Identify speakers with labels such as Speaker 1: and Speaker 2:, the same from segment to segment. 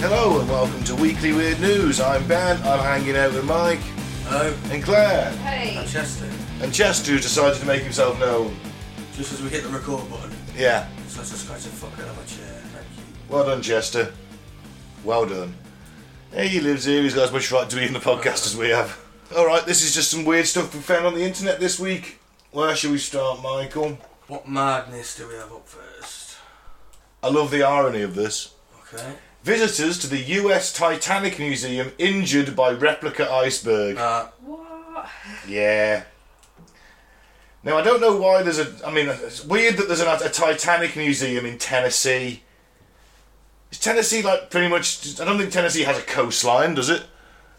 Speaker 1: Hello and welcome to Weekly Weird News. I'm Ben, I'm hanging out with Mike
Speaker 2: Hello,
Speaker 1: and Claire.
Speaker 2: I'm
Speaker 3: Hey,
Speaker 2: Chester.
Speaker 1: And Chester who decided to make himself known.
Speaker 2: Just as we hit the record button,
Speaker 1: Yeah,
Speaker 2: such a scratch of fuck out of my chair. Thank you.
Speaker 1: well done, Chester. Well done. Yeah, he lives here, he's got as much right to be in the podcast as we have. Alright, this is just some weird stuff we found on the internet this week. Where should we start, Michael?
Speaker 2: What madness do we have up first?
Speaker 1: I love the irony of this.
Speaker 2: Okay.
Speaker 1: Visitors to the US Titanic Museum injured by replica iceberg.
Speaker 2: Uh,
Speaker 3: what?
Speaker 1: Yeah. Now I don't know why there's a. I mean, it's weird that there's an, a Titanic museum in Tennessee. Is Tennessee like pretty much? I don't think Tennessee has a coastline, does it?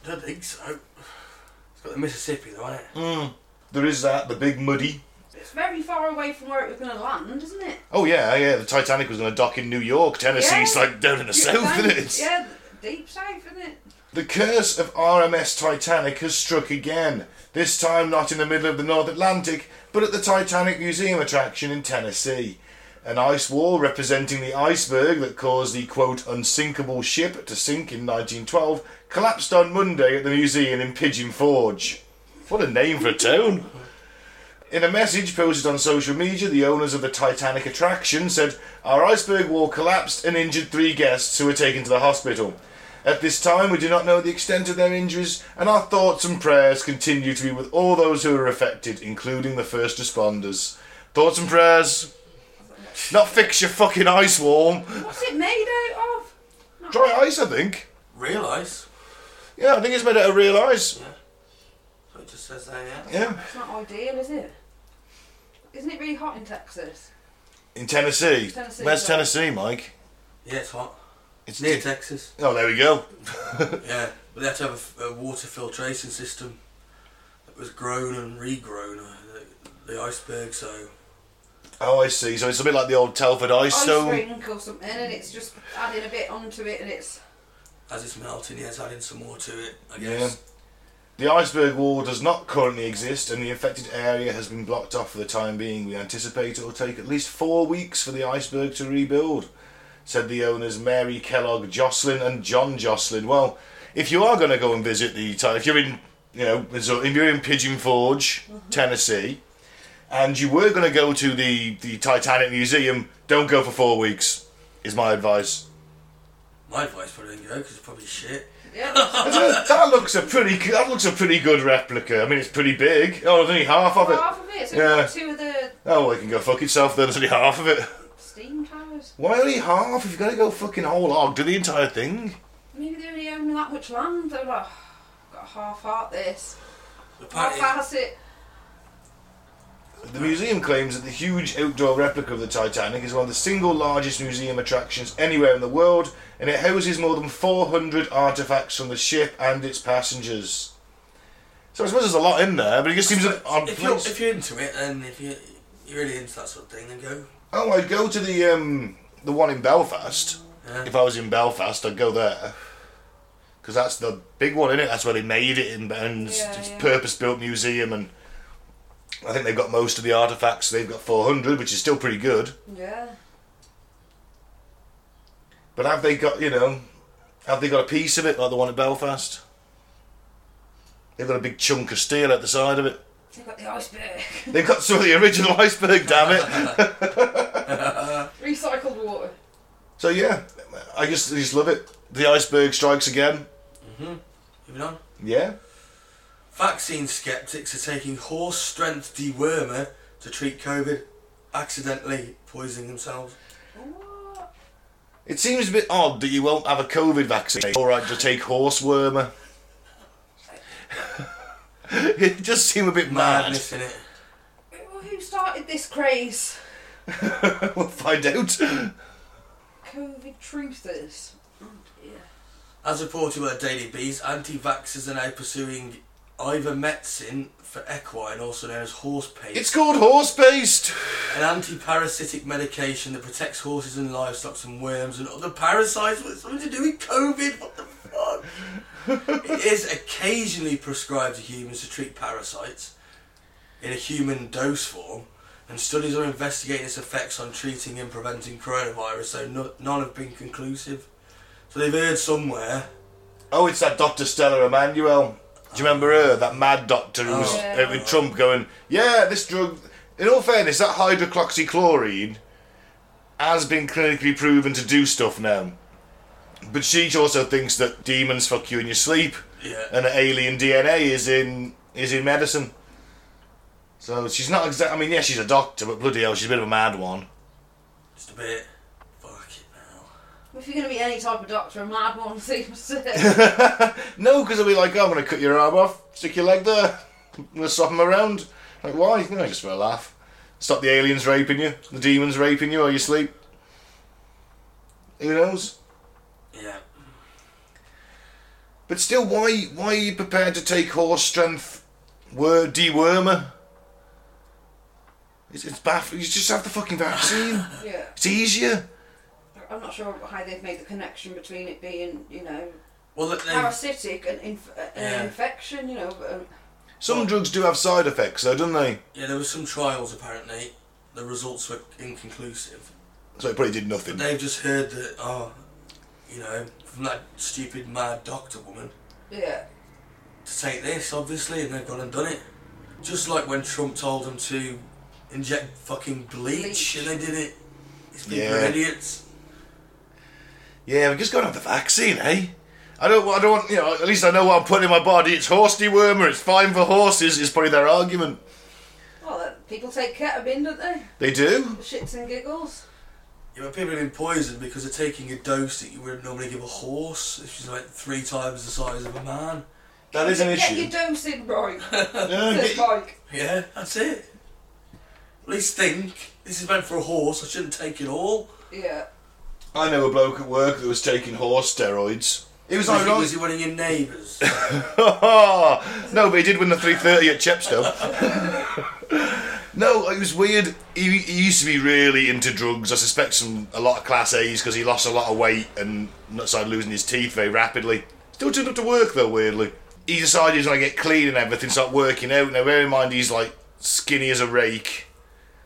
Speaker 2: don't think so. It's got the Mississippi though, ain't it?
Speaker 1: There is that the big muddy.
Speaker 3: It's very far away from where it was going to land, isn't it?
Speaker 1: Oh yeah, yeah. The Titanic was going to dock in New York. Tennessee's
Speaker 3: Yeah.
Speaker 1: like down in the south, isn't it?
Speaker 3: Yeah, deep south, isn't it?
Speaker 1: The curse of RMS Titanic has struck again. This time not in the middle of the North Atlantic, but at the Titanic Museum attraction in Tennessee. An ice wall representing the iceberg that caused the quote unsinkable ship to sink in 1912 collapsed on Monday at the museum in Pigeon Forge. What a name for a town! In a message posted on social media, the owners of the Titanic attraction said, Our iceberg wall collapsed and injured three guests who were taken to the hospital. At this time, we do not know the extent of their injuries, and our thoughts and prayers continue to be with all those who are affected, including the first responders. Thoughts and prayers. Not fix your fucking ice wall.
Speaker 3: What's it made out of? Not
Speaker 1: Dry ice, I think.
Speaker 2: Realise?
Speaker 1: Yeah, I think it's made out of real ice.
Speaker 2: So it just says there, yeah.
Speaker 1: Yeah.
Speaker 3: It's not ideal, is it? Isn't it really hot in Texas?
Speaker 1: In Tennessee.
Speaker 3: Tennessee,
Speaker 1: Where's
Speaker 3: yeah.
Speaker 1: Tennessee, Mike?
Speaker 2: Yeah, it's hot.
Speaker 1: It's
Speaker 2: Near Texas.
Speaker 1: Oh, there we go.
Speaker 2: Yeah, but they had to have a f- a, water filtration system that was grown and regrown uh, the, the iceberg. So
Speaker 1: Oh, I see. So it's a bit like the old Telford ice
Speaker 3: Ice
Speaker 1: stone.
Speaker 3: rink or something, and it's just adding a bit onto it, and it's
Speaker 2: as it's melting, yeah, it's adding some more to it. I
Speaker 1: Yeah.
Speaker 2: guess.
Speaker 1: The iceberg wall does not currently exist, and the affected area has been blocked off for the time being. We anticipate it will take at least four weeks for the iceberg to rebuild, said the owners Mary Kellogg Jocelyn and John Jocelyn. Well, if you are going to go and visit the, Ti- if you're in, you know, Missouri- if you're in Pigeon Forge, Tennessee, and you were going to go to the the Titanic Museum, don't go for four weeks. Is my advice.
Speaker 2: My advice probably didn't go because it's probably shit.
Speaker 3: yeah,
Speaker 1: that looks a pretty g- that looks a pretty good replica. I mean, it's pretty big. Oh, there's only half of it.
Speaker 3: half of it. So
Speaker 1: Yeah.
Speaker 3: we've got two of the
Speaker 1: Oh, well, it can go fuck itself then. There's only half of it.
Speaker 3: steam towers.
Speaker 1: Why only half? If you're going to go fucking whole hog, do the entire thing.
Speaker 3: Maybe they only own that much land. They're like, "Oh, got half heart this,
Speaker 2: The party-
Speaker 3: half ass it.
Speaker 1: The museum claims that the huge outdoor replica of the Titanic is one of the single largest museum attractions anywhere in the world, and it houses more than 400 artifacts from the ship and its passengers. So I suppose there's a lot in there, but it just seems an odd
Speaker 2: if you're,
Speaker 1: place.
Speaker 2: if you're into it and if you you're really into that sort of thing, then go.
Speaker 1: Oh, I'd go to the um, the one in Belfast.
Speaker 2: Yeah.
Speaker 1: If I was in Belfast, I'd go there. Because that's the big one, innit? That's where they made it, in, and it's,
Speaker 3: Yeah,
Speaker 1: it's
Speaker 3: yeah.
Speaker 1: purpose-built museum, and I think they've got most of the artifacts. They've got 400, which is still pretty good.
Speaker 3: Yeah.
Speaker 1: But have they got, you know, have they got a piece of it like the one at Belfast? They've got a big chunk of steel at the side of it.
Speaker 3: They've got the iceberg.
Speaker 1: They've got some of the original iceberg, damn it.
Speaker 3: Recycled water.
Speaker 1: So yeah, I just I just love it. The iceberg strikes again.
Speaker 2: Moving on.
Speaker 1: Yeah.
Speaker 2: Vaccine skeptics are taking horse strength dewormer to treat COVID, accidentally poisoning themselves.
Speaker 3: What?
Speaker 1: It seems a bit odd that you won't have a COVID vaccine. All right, to take horse wormer. it does seem a bit mad.
Speaker 2: Madness in it.
Speaker 3: Well, who started this craze?
Speaker 1: we'll find out.
Speaker 3: COVID truthers. Oh dear.
Speaker 2: As reported by the Daily Beast, anti-vaxxers are now pursuing ivermectin for equine, also known as horse paste,
Speaker 1: It's called horse paste.
Speaker 2: an anti-parasitic medication that protects horses and livestock from worms and other parasites. What's something to do with COVID? What the fuck? it is occasionally prescribed to humans to treat parasites in a human dose form, and studies are investigating its effects on treating and preventing coronavirus, so no, none have been conclusive. So they've heard somewhere.
Speaker 1: Oh, it's that Dr. Stella Emanuel. Do you remember her? That mad doctor who was
Speaker 3: Oh.
Speaker 1: uh, with Trump going, yeah, this drug. In all fairness, that hydroxychloroquine has been clinically proven to do stuff now. But she also thinks that demons fuck you in your sleep,
Speaker 2: Yeah.
Speaker 1: and that alien DNA is in is in medicine. So she's not exact. I mean, yeah, she's a doctor, but bloody hell, she's a bit of a mad one.
Speaker 2: Just a bit. Fuck it now.
Speaker 3: If you're going to be any type of doctor, a mad one seems to.
Speaker 1: No, because I'll be like, "Oh, I'm going to cut your arm off, stick your leg there, I'm going to swap 'em around. Like, why? You know, just for a laugh. Stop the aliens raping you, the demons raping you while you sleep. Who knows?
Speaker 2: Yeah.
Speaker 1: But still, why why are you prepared to take horse strength wor- dewormer? It's, it's baffling. You just have the fucking vaccine.
Speaker 3: yeah.
Speaker 1: It's easier.
Speaker 3: I'm not sure how they've made the connection between it being, you know,
Speaker 2: Well, they, they,
Speaker 3: parasitic and inf- uh,
Speaker 2: Yeah.
Speaker 3: an infection, you know. but, um,
Speaker 1: Some drugs do have side effects, though, don't they?
Speaker 2: yeah, there were some trials apparently. The results were inconclusive.
Speaker 1: So it probably did nothing.
Speaker 2: They've just heard that, oh, you know, from that stupid mad doctor woman
Speaker 3: yeah.
Speaker 2: to take this, obviously, and they've gone and done it. Just like when Trump told them to inject fucking bleach,
Speaker 3: Bleach.
Speaker 2: and they did it. It's been
Speaker 1: Yeah.
Speaker 2: idiots.
Speaker 1: Yeah, we just got to have the vaccine, eh? I don't, I don't want, you know, at least I know what I'm putting in my body. It's horse dewormer, it's fine for horses, is probably their argument.
Speaker 3: Well, uh, people take ketamine, don't they?
Speaker 1: They do?
Speaker 3: The shits and giggles.
Speaker 2: You know, people have been poisoned because they're taking a dose that you would normally give a horse, which is like three times the size of a man.
Speaker 1: That is an
Speaker 3: Get
Speaker 1: issue.
Speaker 3: your dosing right.
Speaker 1: No,
Speaker 3: Says
Speaker 1: get-
Speaker 3: Mike.
Speaker 2: Yeah, that's it. At least think this is meant for a horse. I shouldn't take it all.
Speaker 3: Yeah.
Speaker 1: I know a bloke at work that was taking horse steroids. It was
Speaker 2: Was, it,
Speaker 1: ironic.
Speaker 2: was it one of your neighbours?
Speaker 1: no, but he did win the 330 at Chepstow. no, it was weird. He, he used to be really into drugs. I suspect some a lot of class A's because he lost a lot of weight and started losing his teeth very rapidly. Still turned up to work though, weirdly. He decided he was going to get clean and everything, start working out. Now, bear in mind, he's like skinny as a rake,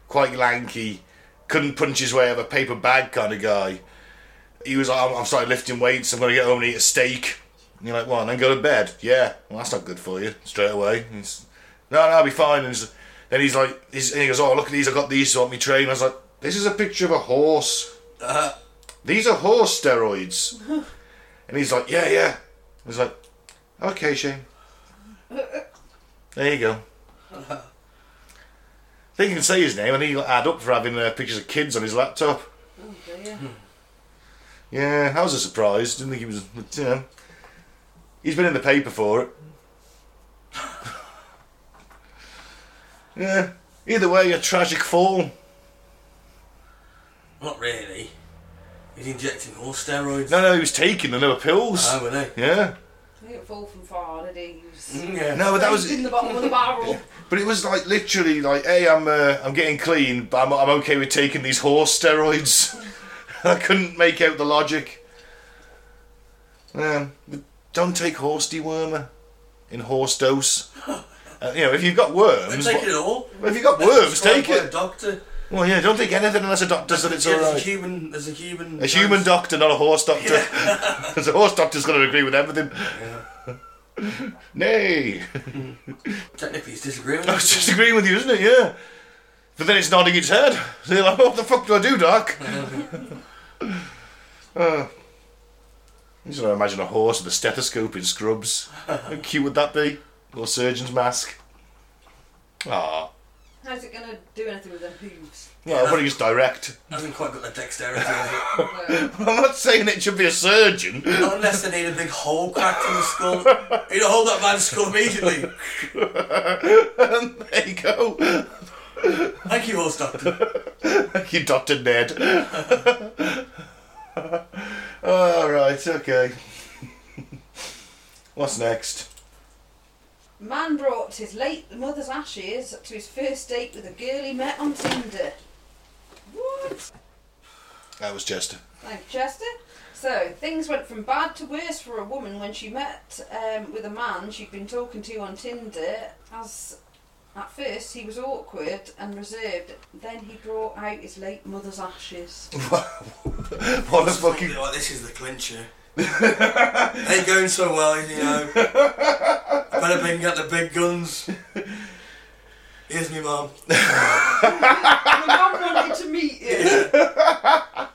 Speaker 1: quite lanky, couldn't punch his way out of a paper bag kind of guy he was like, I'm, I'm starting lifting weights, I'm going to get home and eat a steak. And you're like, well, and then go to bed. Yeah, well, that's not good for you, straight away. And he's, no, no, I'll be fine. And he's, then he's like, he's, and he goes, oh, look at these, I got these to help me train. I was like, this is a picture of a horse.
Speaker 2: uh,
Speaker 1: These are horse steroids. and he's like, yeah, yeah. I was like, okay, Shane. There you go. They can say his name and he'll add up for having uh, pictures of kids on his laptop.
Speaker 3: Oh dear.
Speaker 1: Hmm. Yeah, I was a surprise. Didn't think he was. You know, he's been in the paper for it. yeah. Either way, a tragic fall.
Speaker 2: not really. He's injecting horse steroids.
Speaker 1: No, no, he was taking another pills.
Speaker 2: Oh, were they?
Speaker 1: yeah.
Speaker 3: He didn't fall from far, did he? he was
Speaker 2: Mm, Yeah.
Speaker 1: No, but that was.
Speaker 3: in the bottom of the barrel.
Speaker 1: But it was like literally like, hey, I'm uh, I'm getting clean, but I'm, I'm okay with taking these horse steroids. I couldn't make out the logic. Um, but don't take horse dewormer in horse dose. Uh, you know, if you've got
Speaker 2: They're
Speaker 1: worms,
Speaker 2: taking
Speaker 1: what-
Speaker 2: it all.
Speaker 1: Well, if you've got worms, take
Speaker 2: Prescribed by A
Speaker 1: it.
Speaker 2: doctor.
Speaker 1: Well, yeah, don't take anything unless a doctor says it's
Speaker 2: Yeah, there's a
Speaker 1: alright.
Speaker 2: human. There's a human.
Speaker 1: A human doctor, not a horse doctor. Because a horse doctor's going to agree with everything. Nay.
Speaker 2: Technically, he's disagreeing.
Speaker 1: I was just agreeing with you, isn't it? Yeah. But then it's nodding its head. So you're like, what the fuck do I do, Doc? uh, I just want to imagine a horse with a stethoscope in scrubs. How cute would that be? Or surgeon's mask. Ah,
Speaker 3: How's it going to do anything with them hooves?
Speaker 1: Yeah, I'll probably just direct.
Speaker 2: Hasn't quite got the dexterity. Of it.
Speaker 3: No.
Speaker 1: I'm not saying it should be a surgeon.
Speaker 2: Not unless they need a big hole cracked in the skull. You'd hold that man's skull immediately.
Speaker 1: there you go.
Speaker 2: Thank you, horse doctor.
Speaker 1: Thank you, Dr. Ned. Alright, okay. What's next?
Speaker 3: Man brought his late mother's ashes to his first date with a girl he met on Tinder. What?
Speaker 1: That was Chester.
Speaker 3: Thank Chester. So things went from bad to worse for a woman when she met um, with a man she'd been talking to on Tinder. As at first he was awkward and reserved, then he brought out his late mother's ashes.
Speaker 1: what a fucking.
Speaker 2: Like, this is the clincher. Ain't going so well, you know. Better bring out the big guns. Here's me mum.
Speaker 3: My mum wanted to meet you.
Speaker 2: Yeah.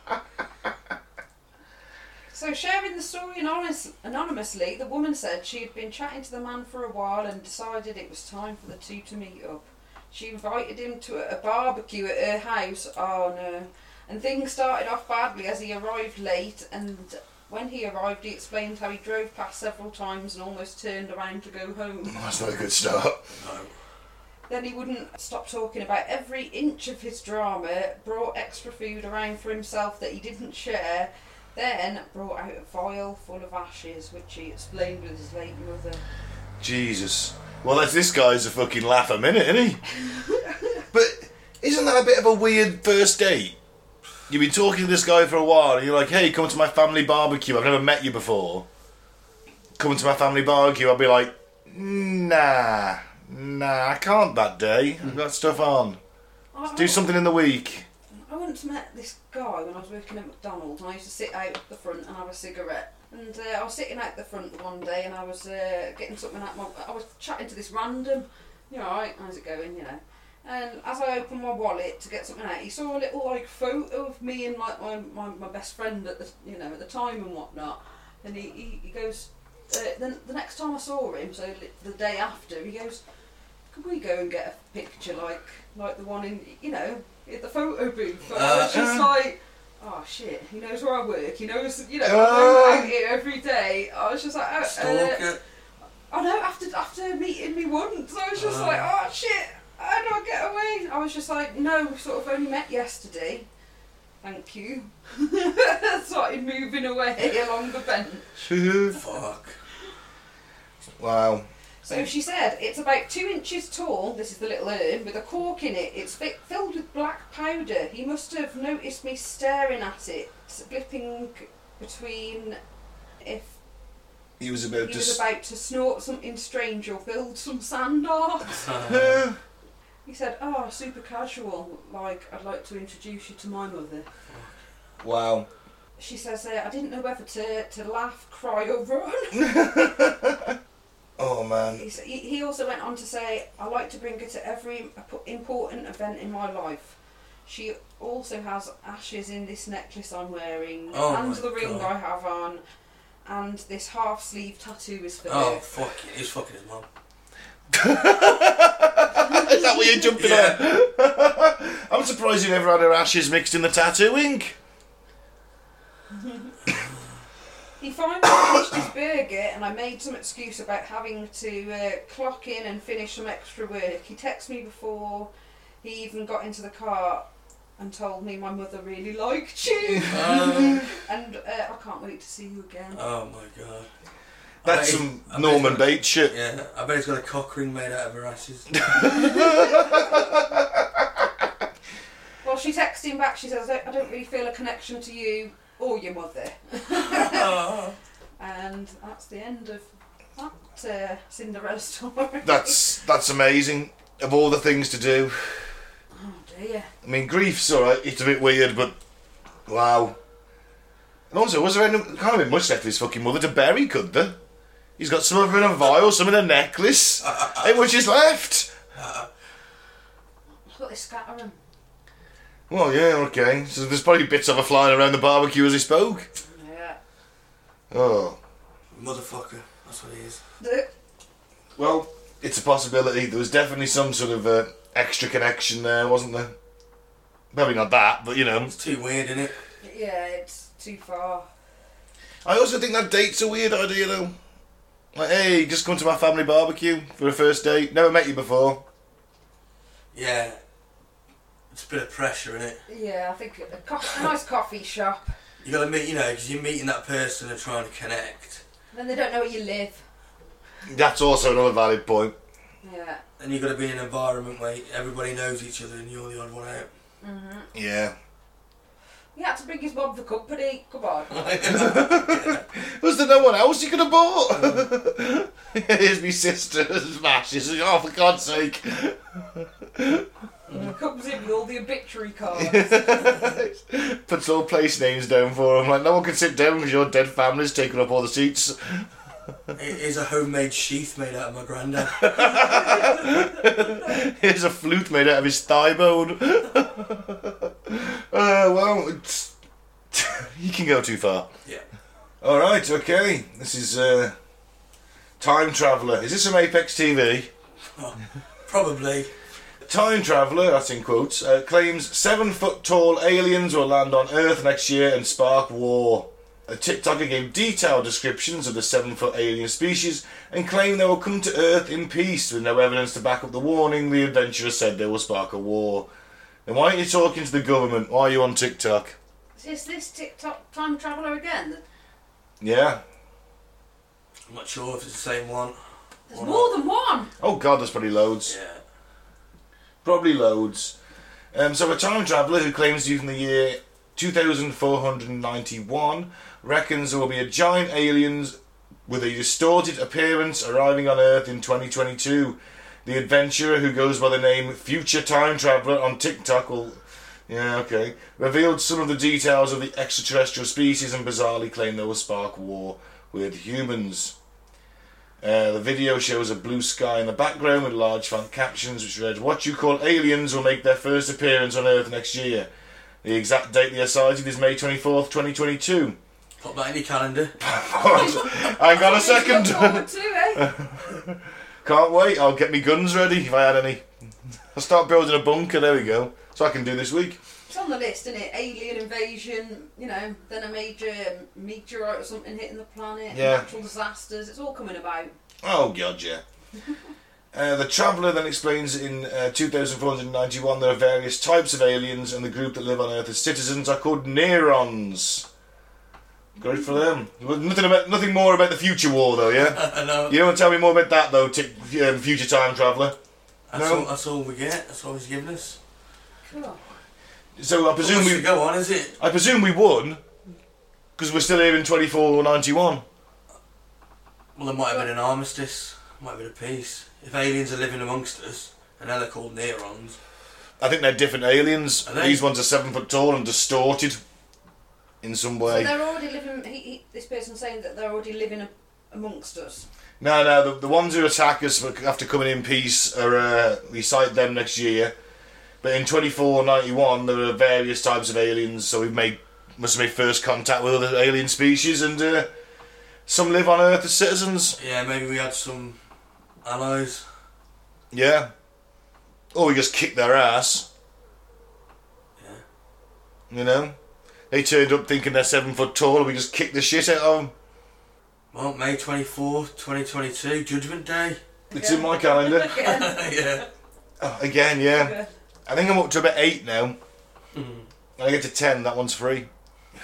Speaker 3: So, sharing the story anonymous, anonymously, the woman said she had been chatting to the man for a while and decided it was time for the two to meet up. She invited him to a barbecue at her house. Oh no. And things started off badly as he arrived late, and when he arrived, he explained how he drove past several times and almost turned around to go home.
Speaker 1: That's not a good start.
Speaker 2: No.
Speaker 3: Then he wouldn't stop talking about every inch of his drama, brought extra food around for himself that he didn't share, then brought out a vial full of ashes, which he explained with his late mother.
Speaker 1: Jesus. Well, that's, this guy's a fucking laugh a minute, isn't he? but isn't that a bit of a weird first date? You've been talking to this guy for a while, and you're like, "Hey, come to my family barbecue. I've never met you before. Come to my family barbecue." I'll be like, "Nah, nah, I can't that day. I've got stuff on.
Speaker 3: I,
Speaker 1: Do something in the week."
Speaker 3: I once met this guy when I was working at McDonald's, and I used to sit out the front and have a cigarette. And uh, I was sitting out the front one day, and I was uh, getting something out. My, I was chatting to this random. You know, right, how's it going? You know. And as I opened my wallet to get something out, he saw a little like photo of me and like my, my, my best friend at the you know at the time and whatnot. And he, he, he goes. Uh, then the next time I saw him, so li- the day after, he goes, "Could we go and get a picture like like the one in you know at the photo booth?" And I was just
Speaker 1: Uh-huh.
Speaker 3: like, "Oh shit, he knows where I work. He knows you know
Speaker 1: Ah.
Speaker 3: I'm out here every day." I was just like, oh, uh,
Speaker 2: Stalker.
Speaker 3: I know after after meeting me once, I was just
Speaker 2: Ah.
Speaker 3: like, oh shit, how do I get away? I was just like, no, sort of only met yesterday. Thank you. Started moving away along the bench.
Speaker 2: Fuck.
Speaker 1: wow.
Speaker 3: So she said it's about two inches tall. This is the little urn with a cork in it. It's fi- filled with black powder. He must have noticed me staring at it, flipping between if
Speaker 1: He was about
Speaker 3: he
Speaker 1: to.
Speaker 3: was about to snort something strange or build some sand art.
Speaker 2: Uh,
Speaker 1: s-
Speaker 3: He said, "Oh, super casual. Like, I'd like to introduce you to my mother."
Speaker 1: wow.
Speaker 3: She says, uh, "I didn't know whether to, to laugh, cry, or run."
Speaker 1: Oh man.
Speaker 3: He, s- he he also went on to say, "I like to bring her to every imp- important event in my life." She also has ashes in this necklace I'm wearing,
Speaker 2: Oh
Speaker 3: and
Speaker 2: my
Speaker 3: the ring
Speaker 2: God.
Speaker 3: I have on, and this half sleeve tattoo is for
Speaker 2: oh,
Speaker 3: her.
Speaker 2: fuck. it. He's fucking his mum.
Speaker 1: Is that what you're jumping
Speaker 2: Yeah.
Speaker 1: on? I'm surprised you never had her ashes mixed in the tattoo ink.
Speaker 3: He finally finished his burger, and I made some excuse about having to uh, clock in and finish some extra work. He texted me before he even got into the car and told me my mother really liked you,
Speaker 2: Um,
Speaker 3: and uh, I can't wait to see you again.
Speaker 2: oh my god. I
Speaker 1: That's
Speaker 2: bet
Speaker 1: some
Speaker 2: he- I bet he's
Speaker 1: Norman
Speaker 2: got a-
Speaker 1: Bates shit.
Speaker 2: Yeah, I bet he's got a cock ring made out of her ashes.
Speaker 3: Well, she texted him back. She says, "I don't- "I don't really feel a connection to you or your mother,"
Speaker 2: Oh.
Speaker 3: and that's the end of that uh, Cinderella story.
Speaker 1: That's that's amazing. Of all the things to do,
Speaker 3: oh dear.
Speaker 1: I mean, grief's alright. It's a bit weird, but wow. And also, was there any, can't have been much left of his fucking mother to bury, could there? He's got some of her in a vial, some in a necklace. Ain't much is left.
Speaker 3: I thought they scatter him.
Speaker 1: Well, yeah, okay. So there's probably bits of her flying around the barbecue as he spoke.
Speaker 3: Yeah.
Speaker 1: Oh.
Speaker 2: Motherfucker. That's what he is.
Speaker 3: The-
Speaker 1: Well, it's a possibility. There was definitely some sort of uh, extra connection there, wasn't there? Probably not that, but you know.
Speaker 2: It's too weird, isn't it?
Speaker 3: Yeah, it's too far.
Speaker 1: I also think that date's a weird idea, though. Like, hey, just come to my family barbecue for a first date. Never met you before.
Speaker 2: Yeah. It's a bit of pressure, isn't it?
Speaker 3: Yeah, I think a, co- a nice coffee shop.
Speaker 2: You gotta meet, you know, 'cause you're meeting that person and trying to connect.
Speaker 3: Then they don't know where you live.
Speaker 1: That's also another valid point.
Speaker 3: Yeah.
Speaker 2: And you gotta be in an environment where everybody knows each other and you're the odd one out.
Speaker 1: Yeah.
Speaker 3: He had to bring his mum for company. Come on.
Speaker 1: Was there no one else you could have bought? Here's my sister's mashes. Oh, for God's sake.
Speaker 3: He comes in with all the obituary cards.
Speaker 1: Puts all place names down for them. Like, no one can sit down because your dead family's taking up all the seats.
Speaker 2: It is a homemade sheath made out of my granddad.
Speaker 1: Here's a flute made out of his thigh bone. uh, well, it's... you can go too far.
Speaker 2: yeah.
Speaker 1: All right, okay. This is uh, Time Traveller. Is this some Apex TV?
Speaker 2: Oh, probably.
Speaker 1: Time Traveller, that's in quotes, uh, claims seven foot tall aliens will land on Earth next year and spark war. A TikToker gave detailed descriptions of the seven foot alien species and claimed they will come to Earth in peace with no evidence to back up the warning. The adventurer said they will spark a war. Then why aren't you talking to the government? Why are you on TikTok?
Speaker 3: Is this TikTok time traveller again?
Speaker 1: Yeah.
Speaker 2: I'm not sure if it's the same one.
Speaker 3: There's
Speaker 2: or
Speaker 3: more
Speaker 2: not.
Speaker 3: than one.
Speaker 1: Oh god, there's probably loads.
Speaker 2: Yeah.
Speaker 1: Probably loads. Um, so a time traveller who claims to be from the year 2491 reckons there will be a giant aliens with a distorted appearance arriving on Earth in 2022. The adventurer who goes by the name Future Time Traveller on TikTok will. Yeah, okay. Revealed some of the details of the extraterrestrial species and bizarrely claimed they will spark war with humans. Uh, the video shows a blue sky in the background with large font captions which read, What you call aliens will make their first appearance on Earth next year. The exact date they are cited is May 24th, 2022.
Speaker 2: Pop that in your calendar.
Speaker 1: I got a second.
Speaker 3: Look forward to, eh?
Speaker 1: Can't wait. I'll get me guns ready if I had any. I'll start building a bunker. There we go. So I can do this week.
Speaker 3: It's on the list, isn't it? Alien invasion, you know, then a major meteorite or something hitting the planet,
Speaker 1: Yeah.
Speaker 3: natural disasters, it's all coming about.
Speaker 1: Oh god, yeah. Uh, the traveller then explains in uh, 2491 there are various types of aliens, and the group that live on Earth as citizens are called Neurons. Great for them. Well, Nothing about, nothing more about the future war though, yeah.
Speaker 2: I know.
Speaker 1: You don't want to tell me more about that though, tick um, future time traveller.
Speaker 2: That's,
Speaker 1: No.
Speaker 2: all, that's all we get. That's all he's given us.
Speaker 3: Cool.
Speaker 1: So I presume
Speaker 2: Presume we
Speaker 1: we,
Speaker 2: go on, is it?
Speaker 1: I presume we won, because we're still here in 2491.
Speaker 2: Well, there might have been an armistice. Might have been a peace. If aliens are living amongst us, and now they're called Neurons,
Speaker 1: I think they're different aliens.
Speaker 2: Are they?
Speaker 1: These ones are seven foot tall and distorted in some
Speaker 3: So
Speaker 1: way.
Speaker 3: they're already living, he, he, this person's saying that they're already living a- amongst us.
Speaker 1: No, no, the, the ones who attack us after coming in peace are uh, we cite them next year. But in 2491, there are various types of aliens, so we've made must have made first contact with other alien species, and uh, some live on Earth as citizens.
Speaker 2: yeah, maybe we had some allies.
Speaker 1: Yeah, or we just kick their ass.
Speaker 2: Yeah.
Speaker 1: You know, they turned up thinking they're seven foot tall, and we just kick the shit out of them.
Speaker 2: Well, May 24th, 2022, Judgment Day.
Speaker 1: It's in my calendar
Speaker 3: Again.
Speaker 2: yeah.
Speaker 1: Oh, again. Yeah,
Speaker 3: Yeah.
Speaker 1: I think I'm up to about eight now. When I get to ten, that one's free.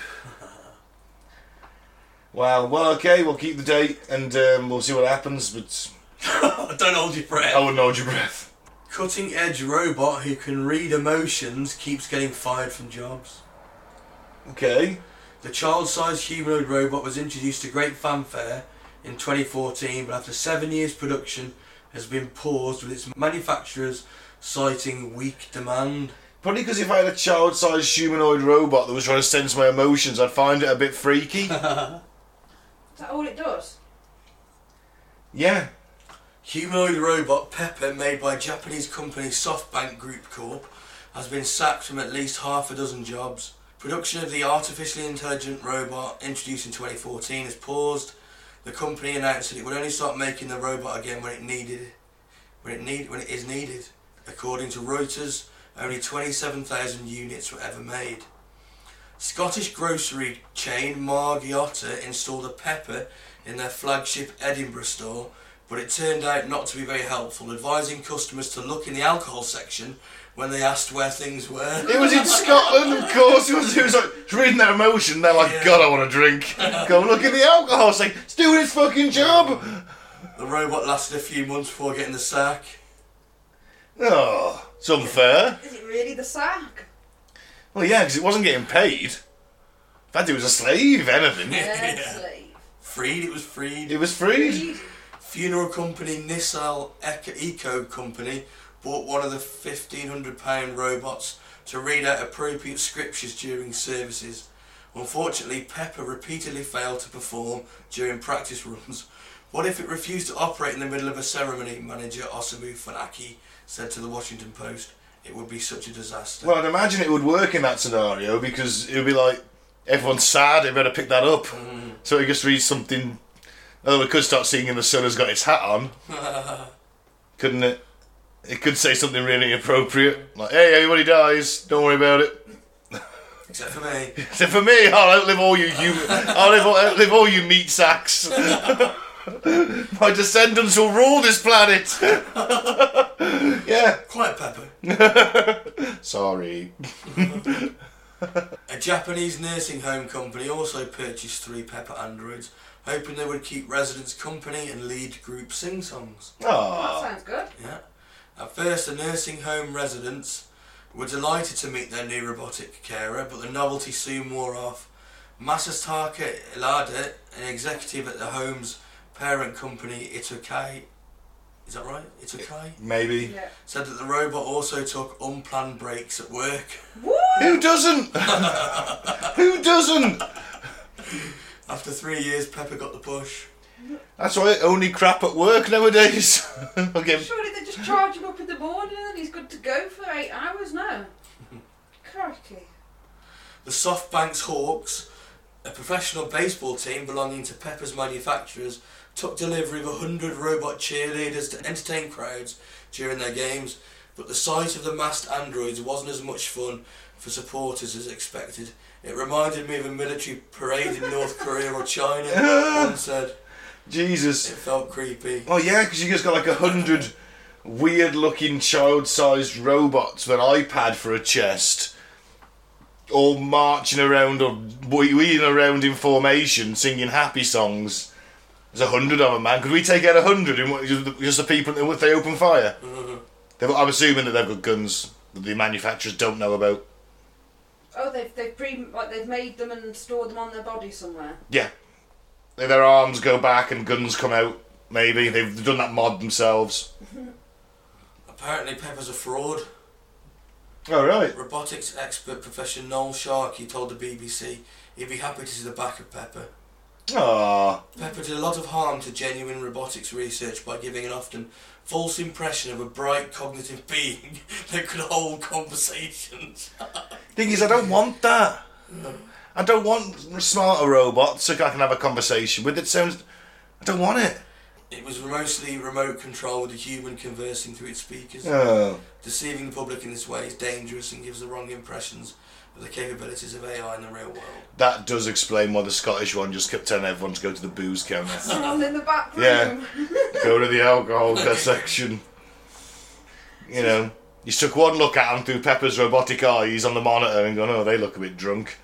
Speaker 1: Wow. Well, okay, we'll keep the date and um, we'll see what happens. But
Speaker 2: Don't hold your breath.
Speaker 1: I wouldn't hold your breath.
Speaker 2: Cutting edge robot who can read emotions keeps getting fired from jobs.
Speaker 1: Okay.
Speaker 2: The child sized humanoid robot was introduced to great fanfare in 2014, but after seven years' production has been paused with its manufacturers citing weak demand.
Speaker 1: Probably because if I had a child-sized humanoid robot that was trying to sense my emotions, I'd find it a bit freaky.
Speaker 3: Is that all it does?
Speaker 1: yeah.
Speaker 2: Humanoid robot Pepper, made by Japanese company SoftBank Group Corp, has been sacked from at least half a dozen jobs. Production of the artificially intelligent robot, introduced in 2014, is paused. The company announced that it would only start making the robot again when it needed, when it need, when it is needed. According to Reuters, only 27,000 units were ever made. Scottish grocery chain Margiotta installed a pepper in their flagship Edinburgh store, but it turned out not to be very helpful, advising customers to look in the alcohol section when they asked where things were.
Speaker 1: It was in Scotland, of course. It was, it was like it's reading their emotion. They're like,
Speaker 2: Yeah.
Speaker 1: God, I want a drink. Go look at the alcohol. It's like, it's doing its fucking job.
Speaker 2: The robot lasted a few months before getting the sack.
Speaker 1: Oh, it's unfair.
Speaker 3: Is it really the sack?
Speaker 1: Well, yeah, because it wasn't getting paid. In fact, it was a slave, anything.
Speaker 3: Dead
Speaker 2: Yeah.
Speaker 3: sleep.
Speaker 2: Freed, it was freed.
Speaker 1: It was freed.
Speaker 2: Funeral company Nissal Eco Company bought one of the £1,500 robots to read out appropriate scriptures during services. Unfortunately, Pepper repeatedly failed to perform during practice runs. What if it refused to operate in the middle of a ceremony? Manager Osamu Funaki said to the Washington Post. It would be such a disaster.
Speaker 1: Well, I'd imagine it would work in that scenario because it would be like everyone's sad. They better pick that up. So he just reads something. Oh, we could start singing "The Sun Has Got Its Hat On," couldn't it? It could say something really inappropriate, like "Hey, everybody dies. Don't worry about it."
Speaker 2: Except for me.
Speaker 1: So for me, I'll outlive all you. you I'll live, outlive all you meat sacks. My descendants will rule this planet. yeah.
Speaker 2: Quiet, Pepper.
Speaker 1: Sorry.
Speaker 2: A Japanese nursing home company also purchased three Pepper androids, hoping they would keep residents company and lead group sing songs.
Speaker 3: That
Speaker 1: Oh,
Speaker 3: sounds good.
Speaker 2: Yeah. At first, the nursing home residents were delighted to meet their new robotic carer, but the novelty soon wore off. Masataka Ilada, an executive at the home's parent company Itokai, is that right? Itokai
Speaker 1: maybe.
Speaker 3: Yeah.
Speaker 2: said that the robot also took unplanned breaks at work.
Speaker 3: What?
Speaker 1: Who doesn't? Who doesn't?
Speaker 2: After three years, Pepper got the push.
Speaker 1: That's why only crap at work nowadays. okay.
Speaker 3: Surely they just charge him up in the morning and he's good to go for eight hours now. Crikey.
Speaker 2: The SoftBank's Hawks, a professional baseball team belonging to Pepper's Manufacturers, took delivery of 100 robot cheerleaders to entertain crowds during their games, but the sight of the masked androids wasn't as much fun for supporters as expected. It reminded me of a military parade in North Korea or China, one said. It
Speaker 1: Jesus.
Speaker 2: felt creepy.
Speaker 1: Oh yeah, because you just got like a hundred weird-looking child-sized robots with an iPad for a chest, all marching around or whe- wheeling around in formation, singing happy songs. There's a hundred of them, man. Could we take out a hundred in what, just, the, just the people that if they open fire? They've, I'm assuming that they've got guns that the manufacturers don't know about.
Speaker 3: Oh, they've they've pre like they've made them and stored them on their body somewhere.
Speaker 1: Yeah. Their- Their arms go back and guns come out, maybe. They've done that mod themselves.
Speaker 2: Apparently, Pepper's a fraud.
Speaker 1: Oh, right.
Speaker 2: Robotics expert Professor Noel Sharkey told the BBC he'd be happy to see the back of Pepper.
Speaker 1: Aww.
Speaker 2: Pepper did a lot of harm to genuine robotics research by giving an often false impression of a bright cognitive being that could hold conversations.
Speaker 1: Thing is, I don't want that. I don't want smarter robots so I can have a conversation with. It sounds. I don't want it.
Speaker 2: It was mostly remote control with a human conversing through its speakers.
Speaker 1: Oh.
Speaker 2: Deceiving the public in this way is dangerous and gives the wrong impressions of the capabilities of AI in the real world.
Speaker 1: That does explain why the Scottish one just kept telling everyone to go to the booze counter.
Speaker 3: Someone's in the back room.
Speaker 1: Yeah. go to the alcohol section. You know, you took one look at him through Pepper's robotic eyes on the monitor and gone, oh, they look a bit drunk.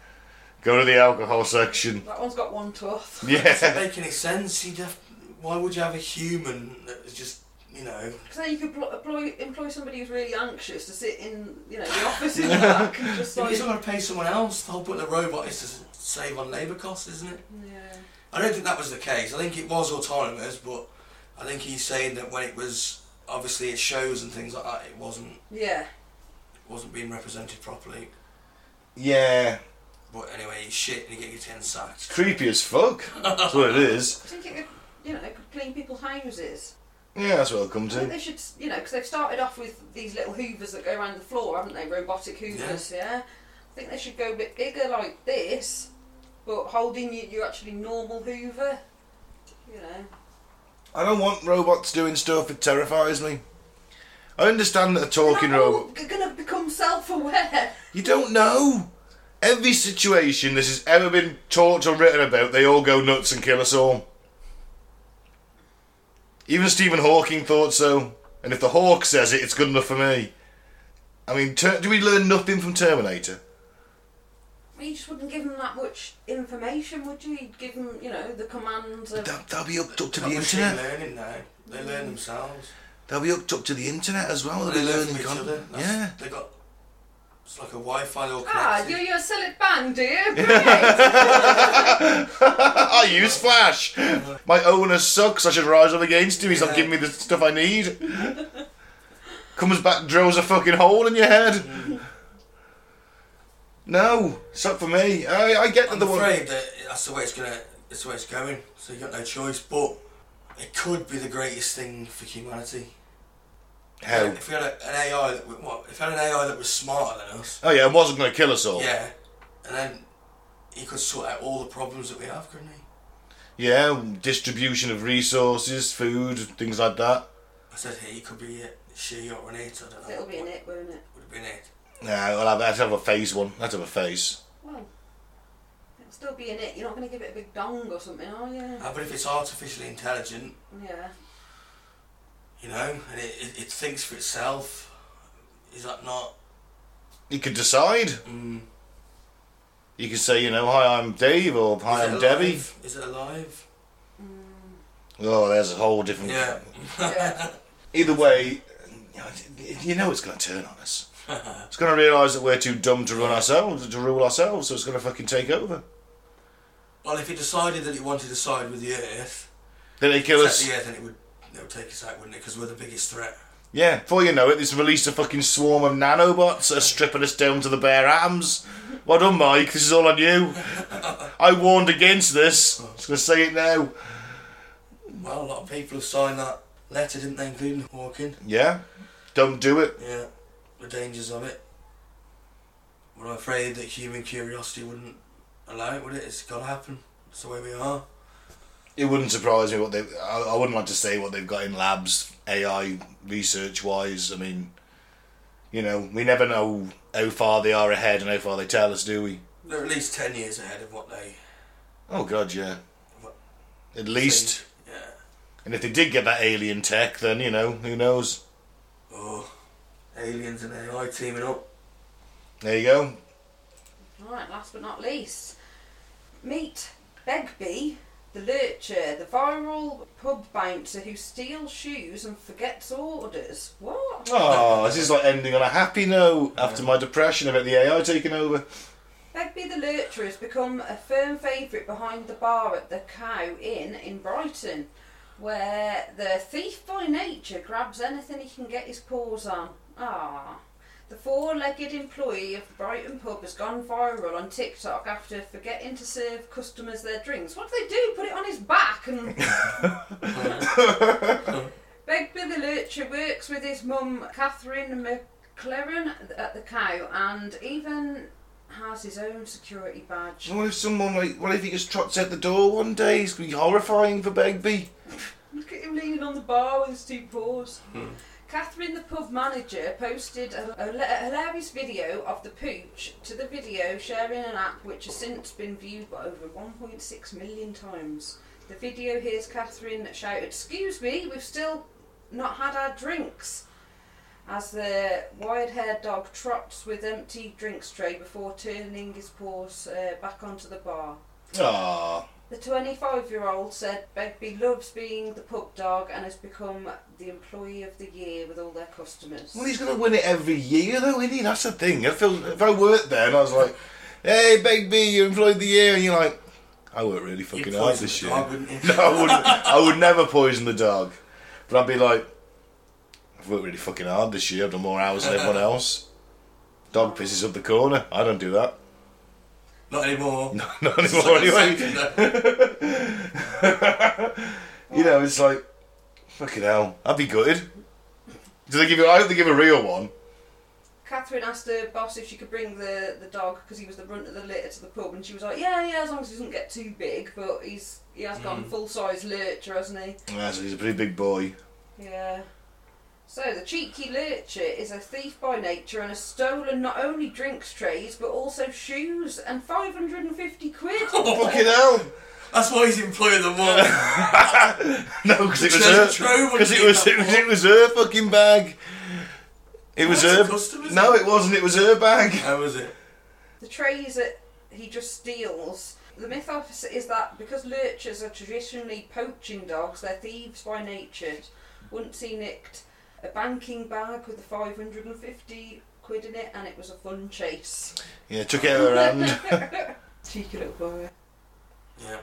Speaker 1: Go to the alcohol section.
Speaker 3: That one's got one tooth.
Speaker 2: Doesn't
Speaker 1: Yeah.
Speaker 2: make any sense. You'd have, why would you have a human that's just, you know,
Speaker 3: So you could pl- employ, employ somebody who's really anxious to sit in, you know, the office in the back and just
Speaker 2: So
Speaker 3: like.
Speaker 2: he's not going to pay someone else. The whole point of the robot is to s- save on labour costs, isn't it?
Speaker 3: Yeah.
Speaker 2: I don't think that was the case. I think it was autonomous, but I think he's saying that when it was obviously it shows and things like that, it wasn't
Speaker 3: Yeah.
Speaker 2: wasn't being represented properly.
Speaker 1: Yeah.
Speaker 2: But anyway, he's shit and he get your ten sacked.
Speaker 1: Creepy as fuck. That's what it is.
Speaker 3: I think it could, you know, it could clean people's houses.
Speaker 1: Yeah, that's what it'll come
Speaker 3: I think
Speaker 1: to.
Speaker 3: they should, s- you know, because they've started off with these little hoovers that go around the floor, haven't they? Robotic hoovers, yeah. I think they should go a bit bigger like this, but holding you, your actually normal hoover. You know.
Speaker 1: I don't want robots doing stuff, it terrifies me. I understand that a talking
Speaker 3: They're all
Speaker 1: robot.
Speaker 3: g- gonna become self-aware.
Speaker 1: You don't know. Every situation this has ever been taught or written about, they all go nuts and kill us all. Even Stephen Hawking thought so. And if the hawk says it, it's good enough for me. I mean, ter- do we learn nothing from Terminator?
Speaker 3: You just wouldn't give them that much information, would you? You'd give them, you know, the commands of.
Speaker 1: That, that'll be hooked up to
Speaker 2: Not
Speaker 1: the
Speaker 2: machine
Speaker 1: internet. Mm.
Speaker 2: learning now. They learn themselves.
Speaker 1: They'll be hooked up to the internet as well. They'll be
Speaker 2: they learn
Speaker 1: learning
Speaker 2: from each
Speaker 1: con-
Speaker 2: other. That's-
Speaker 1: Yeah.
Speaker 2: They got it's like a Wi-Fi or
Speaker 3: Ah,
Speaker 2: connected.
Speaker 3: you're, you're a solid band, do you? Great.
Speaker 1: I use Flash. My owner sucks. I should rise up against him. He's not
Speaker 2: Yeah.
Speaker 1: giving me the stuff I need. Comes back, and drills a fucking hole in your head. no, it's not for me. I, I get that
Speaker 2: I'm
Speaker 1: the one.
Speaker 2: afraid that that's the way it's gonna. That's the way it's going. So you got no choice. But it could be the greatest thing for humanity.
Speaker 1: How?
Speaker 2: If we had a, an AI that w- what? If we had an AI that was smarter than us.
Speaker 1: Oh yeah, it wasn't going to kill us all.
Speaker 2: Yeah. And then he could sort out all the problems that we have, couldn't he?
Speaker 1: Yeah, distribution of resources, food, things like that.
Speaker 2: I said he could be it. She or an it. I don't know.
Speaker 3: It'll be in it, won't it?
Speaker 2: Would have been it.
Speaker 1: Nah, I'll have, I'd have a phase one. I'd have a phase.
Speaker 3: Well, it'll still be in it. You're not going to give it a big dong or something, are you?
Speaker 2: Ah, but if it's artificially intelligent,
Speaker 3: Yeah.
Speaker 2: you know, and it, it, it thinks for itself, is that not?
Speaker 1: You could decide.
Speaker 2: Mm,
Speaker 1: You could say, you know, hi, I'm Dave, or hi,
Speaker 2: is it
Speaker 1: I'm
Speaker 2: alive?
Speaker 1: Debbie.
Speaker 2: Is it alive?
Speaker 1: Oh, there's a whole different.
Speaker 2: Yeah.
Speaker 3: Yeah.
Speaker 1: Either way, you know it's going to turn on us. it's going to realise that we're too dumb to run ourselves, to rule ourselves, so it's going to fucking take over.
Speaker 2: well, if it decided that it wanted to side with the Earth,
Speaker 1: Then they kill
Speaker 2: attack
Speaker 1: us.
Speaker 2: the Earth, then it would, it would take us out, wouldn't it? Because we're the biggest threat.
Speaker 1: Yeah, before you know it, it's released a fucking swarm of nanobots that are stripping us down to the bare atoms. Well done, Mike. This is all on you. I warned against this. I'm just going to say it now.
Speaker 2: Well, a lot of people have signed that letter, didn't they, including Hawking?
Speaker 1: Yeah, don't do it.
Speaker 2: Yeah, the dangers of it. But I'm afraid that human curiosity wouldn't allow it, would it? It's got to happen. It's the way we are.
Speaker 1: It wouldn't surprise me what they. I, I wouldn't like to say what they've got in labs, AI research wise. I mean, you know, we never know how far they are ahead and how far they tell us, do we?
Speaker 2: They're at least 10 years ahead of what they
Speaker 1: Oh God, yeah.
Speaker 2: What?
Speaker 1: At least,
Speaker 2: think. Yeah.
Speaker 1: and if they did get that alien tech, then you know, who knows?
Speaker 2: Oh, aliens and AI teaming up.
Speaker 1: There you go.
Speaker 3: Alright, last but not least, meet Begbie, the lurcher, the viral pub bouncer who steals shoes and forgets orders. What?
Speaker 1: Oh, this is like ending on a happy note after my depression about the AI taking over.
Speaker 3: Begbie the Lurcher has become a firm favourite behind the bar at the Cow Inn in Brighton, where the thief by nature grabs anything he can get his paws on. Ah. The four legged employee of the Brighton pub has gone viral on TikTok after forgetting to serve customers their drinks. What do they do? Put it on his back and. Begbie the Lurcher works with his mum, Catherine McLaren, at the Cow and even has his own security badge.
Speaker 1: What if someone like, what if he just trots out the door one day? It's gonna be horrifying for Begbie.
Speaker 3: Look at him leaning on the bar with his two paws. Catherine, the pub manager, posted a, a, a hilarious video of the pooch to the video, sharing an app which has since been viewed by over 1.6 million times. The video hears Catherine shout, Excuse me, we've still not had our drinks. As the wide haired dog trots with empty drinks tray before turning his paws uh, back onto the bar.
Speaker 1: Ah.
Speaker 3: The 25 year old said Begbie loves being the pub dog and has become the employee of the year with all their customers.
Speaker 1: Well, he's going to win it every year, though, isn't he? That's the thing. I feel if I worked there and I was like, "Hey, Big B, you're employed of the year," and you're like, "I work really fucking hard
Speaker 2: poison
Speaker 1: this
Speaker 2: the
Speaker 1: year."
Speaker 2: dog, wouldn't you?
Speaker 1: no, I wouldn't. I would never poison the dog, but I'd be like, "I've worked really fucking hard this year. I've done more hours than everyone else." Dog pisses up the corner. I don't do that.
Speaker 2: Not anymore. No,
Speaker 1: Not anymore, anyway. You know, it's like, fucking hell. I'd be gutted. Do they give you? I hope they give a real one.
Speaker 3: Catherine asked her boss if she could bring the, the dog because he was the runt of the litter to the pub, and she was like, Yeah, yeah, as long as he doesn't get too big, but he's he has gone full size lurcher, hasn't he?
Speaker 1: Yeah, Ah, so he's a pretty big boy.
Speaker 3: Yeah. So the cheeky lurcher is a thief by nature and has stolen not only drinks trays but also shoes and 550 quid.
Speaker 2: Oh.
Speaker 1: Fucking hell.
Speaker 2: That's why he's employing them all.
Speaker 1: No, because it was
Speaker 2: Treasure
Speaker 1: her.
Speaker 2: trove
Speaker 1: Because it
Speaker 2: underneath
Speaker 1: was
Speaker 2: that
Speaker 1: it, was
Speaker 2: wall.
Speaker 1: it was her fucking bag. It was
Speaker 2: That's a
Speaker 1: her.
Speaker 2: customer's
Speaker 1: No,
Speaker 2: bag.
Speaker 1: it wasn't. It was her bag.
Speaker 2: How was it?
Speaker 3: The trays that he just steals. The myth of it is that because lurchers are traditionally poaching dogs, they're thieves by nature. Once he nicked a banking bag with the 550 quid in it, and it was a fun chase.
Speaker 1: um, Yeah, took it out of her hand.
Speaker 3: Cheeky little boy.
Speaker 2: Yeah.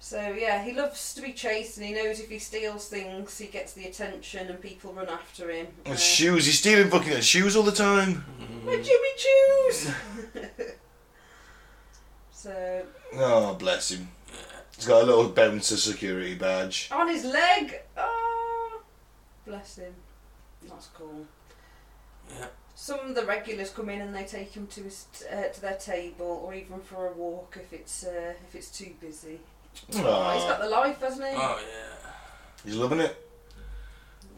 Speaker 3: So yeah, he loves to be chased, and he knows if he steals things, he gets the attention, and people run after him. Uh,
Speaker 1: And shoes. He's stealing fucking uh, shoes all the time.
Speaker 3: my Jimmy Choos. so
Speaker 1: Oh, bless him. He's got a little bouncer security badge.
Speaker 3: on his leg. Oh, bless him. That's cool.
Speaker 2: Yeah.
Speaker 3: Some of the regulars come in and they take him to his t- uh, to their table, or even for a walk if it's uh, if it's too busy. Oh, he's got
Speaker 1: Aw,
Speaker 3: the life, hasn't he?
Speaker 2: Oh yeah.
Speaker 1: Ah, he's loving it.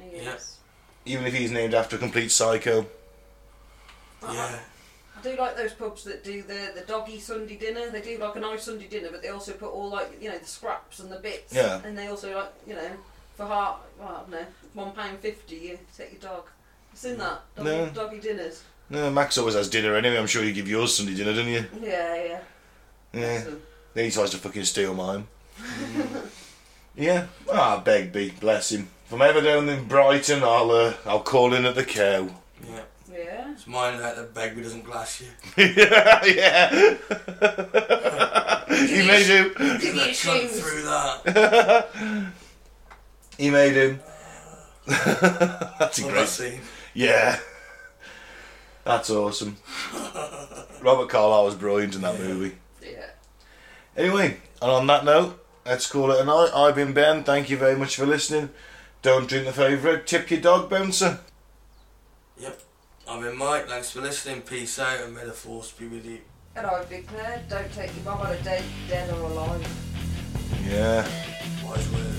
Speaker 3: He
Speaker 2: Yeah.
Speaker 3: is.
Speaker 1: Even if he's named after a complete psycho.
Speaker 3: I-
Speaker 2: Yeah.
Speaker 3: I do like those pubs that do the, the doggy Sunday dinner. They do like a nice Sunday dinner, but they also put all like you know the scraps and the bits.
Speaker 1: Yeah.
Speaker 3: And they also like you know for heart well, I don't know one pound fifty you take your dog. It's in that doggy,
Speaker 1: No.
Speaker 3: doggy dinners.
Speaker 1: No, Max always has dinner anyway. I'm sure you give yours Sunday dinner, don't you?
Speaker 3: Yeah, yeah.
Speaker 1: Yeah.
Speaker 3: Awesome.
Speaker 1: Then he tries to fucking steal mine. yeah. Ah, Begbie, bless him. If I'm ever down in Brighton, I'll uh, I'll call in at the cow.
Speaker 2: Yeah.
Speaker 3: Yeah.
Speaker 2: It's mine that the Begbie doesn't glass you.
Speaker 1: yeah. he made him.
Speaker 3: Give me
Speaker 2: That
Speaker 3: your
Speaker 2: cunt
Speaker 3: shoes.
Speaker 2: through that.
Speaker 1: He made him. That's a
Speaker 2: Love
Speaker 1: great.
Speaker 2: that scene.
Speaker 1: Yeah. That's awesome. Robert Carlyle was brilliant in that movie.
Speaker 3: Yeah.
Speaker 1: Anyway, and on that note, let's call it a night. I've been Ben. Thank you very much for listening. Don't drink the favourite. Tip your dog, bouncer.
Speaker 2: Yep. I've been Mike. Thanks for listening. Peace out, and may the force be with you.
Speaker 3: And I, Big Claire, don't take your mum on a date, dead or alive.
Speaker 1: Yeah.
Speaker 2: Wise words.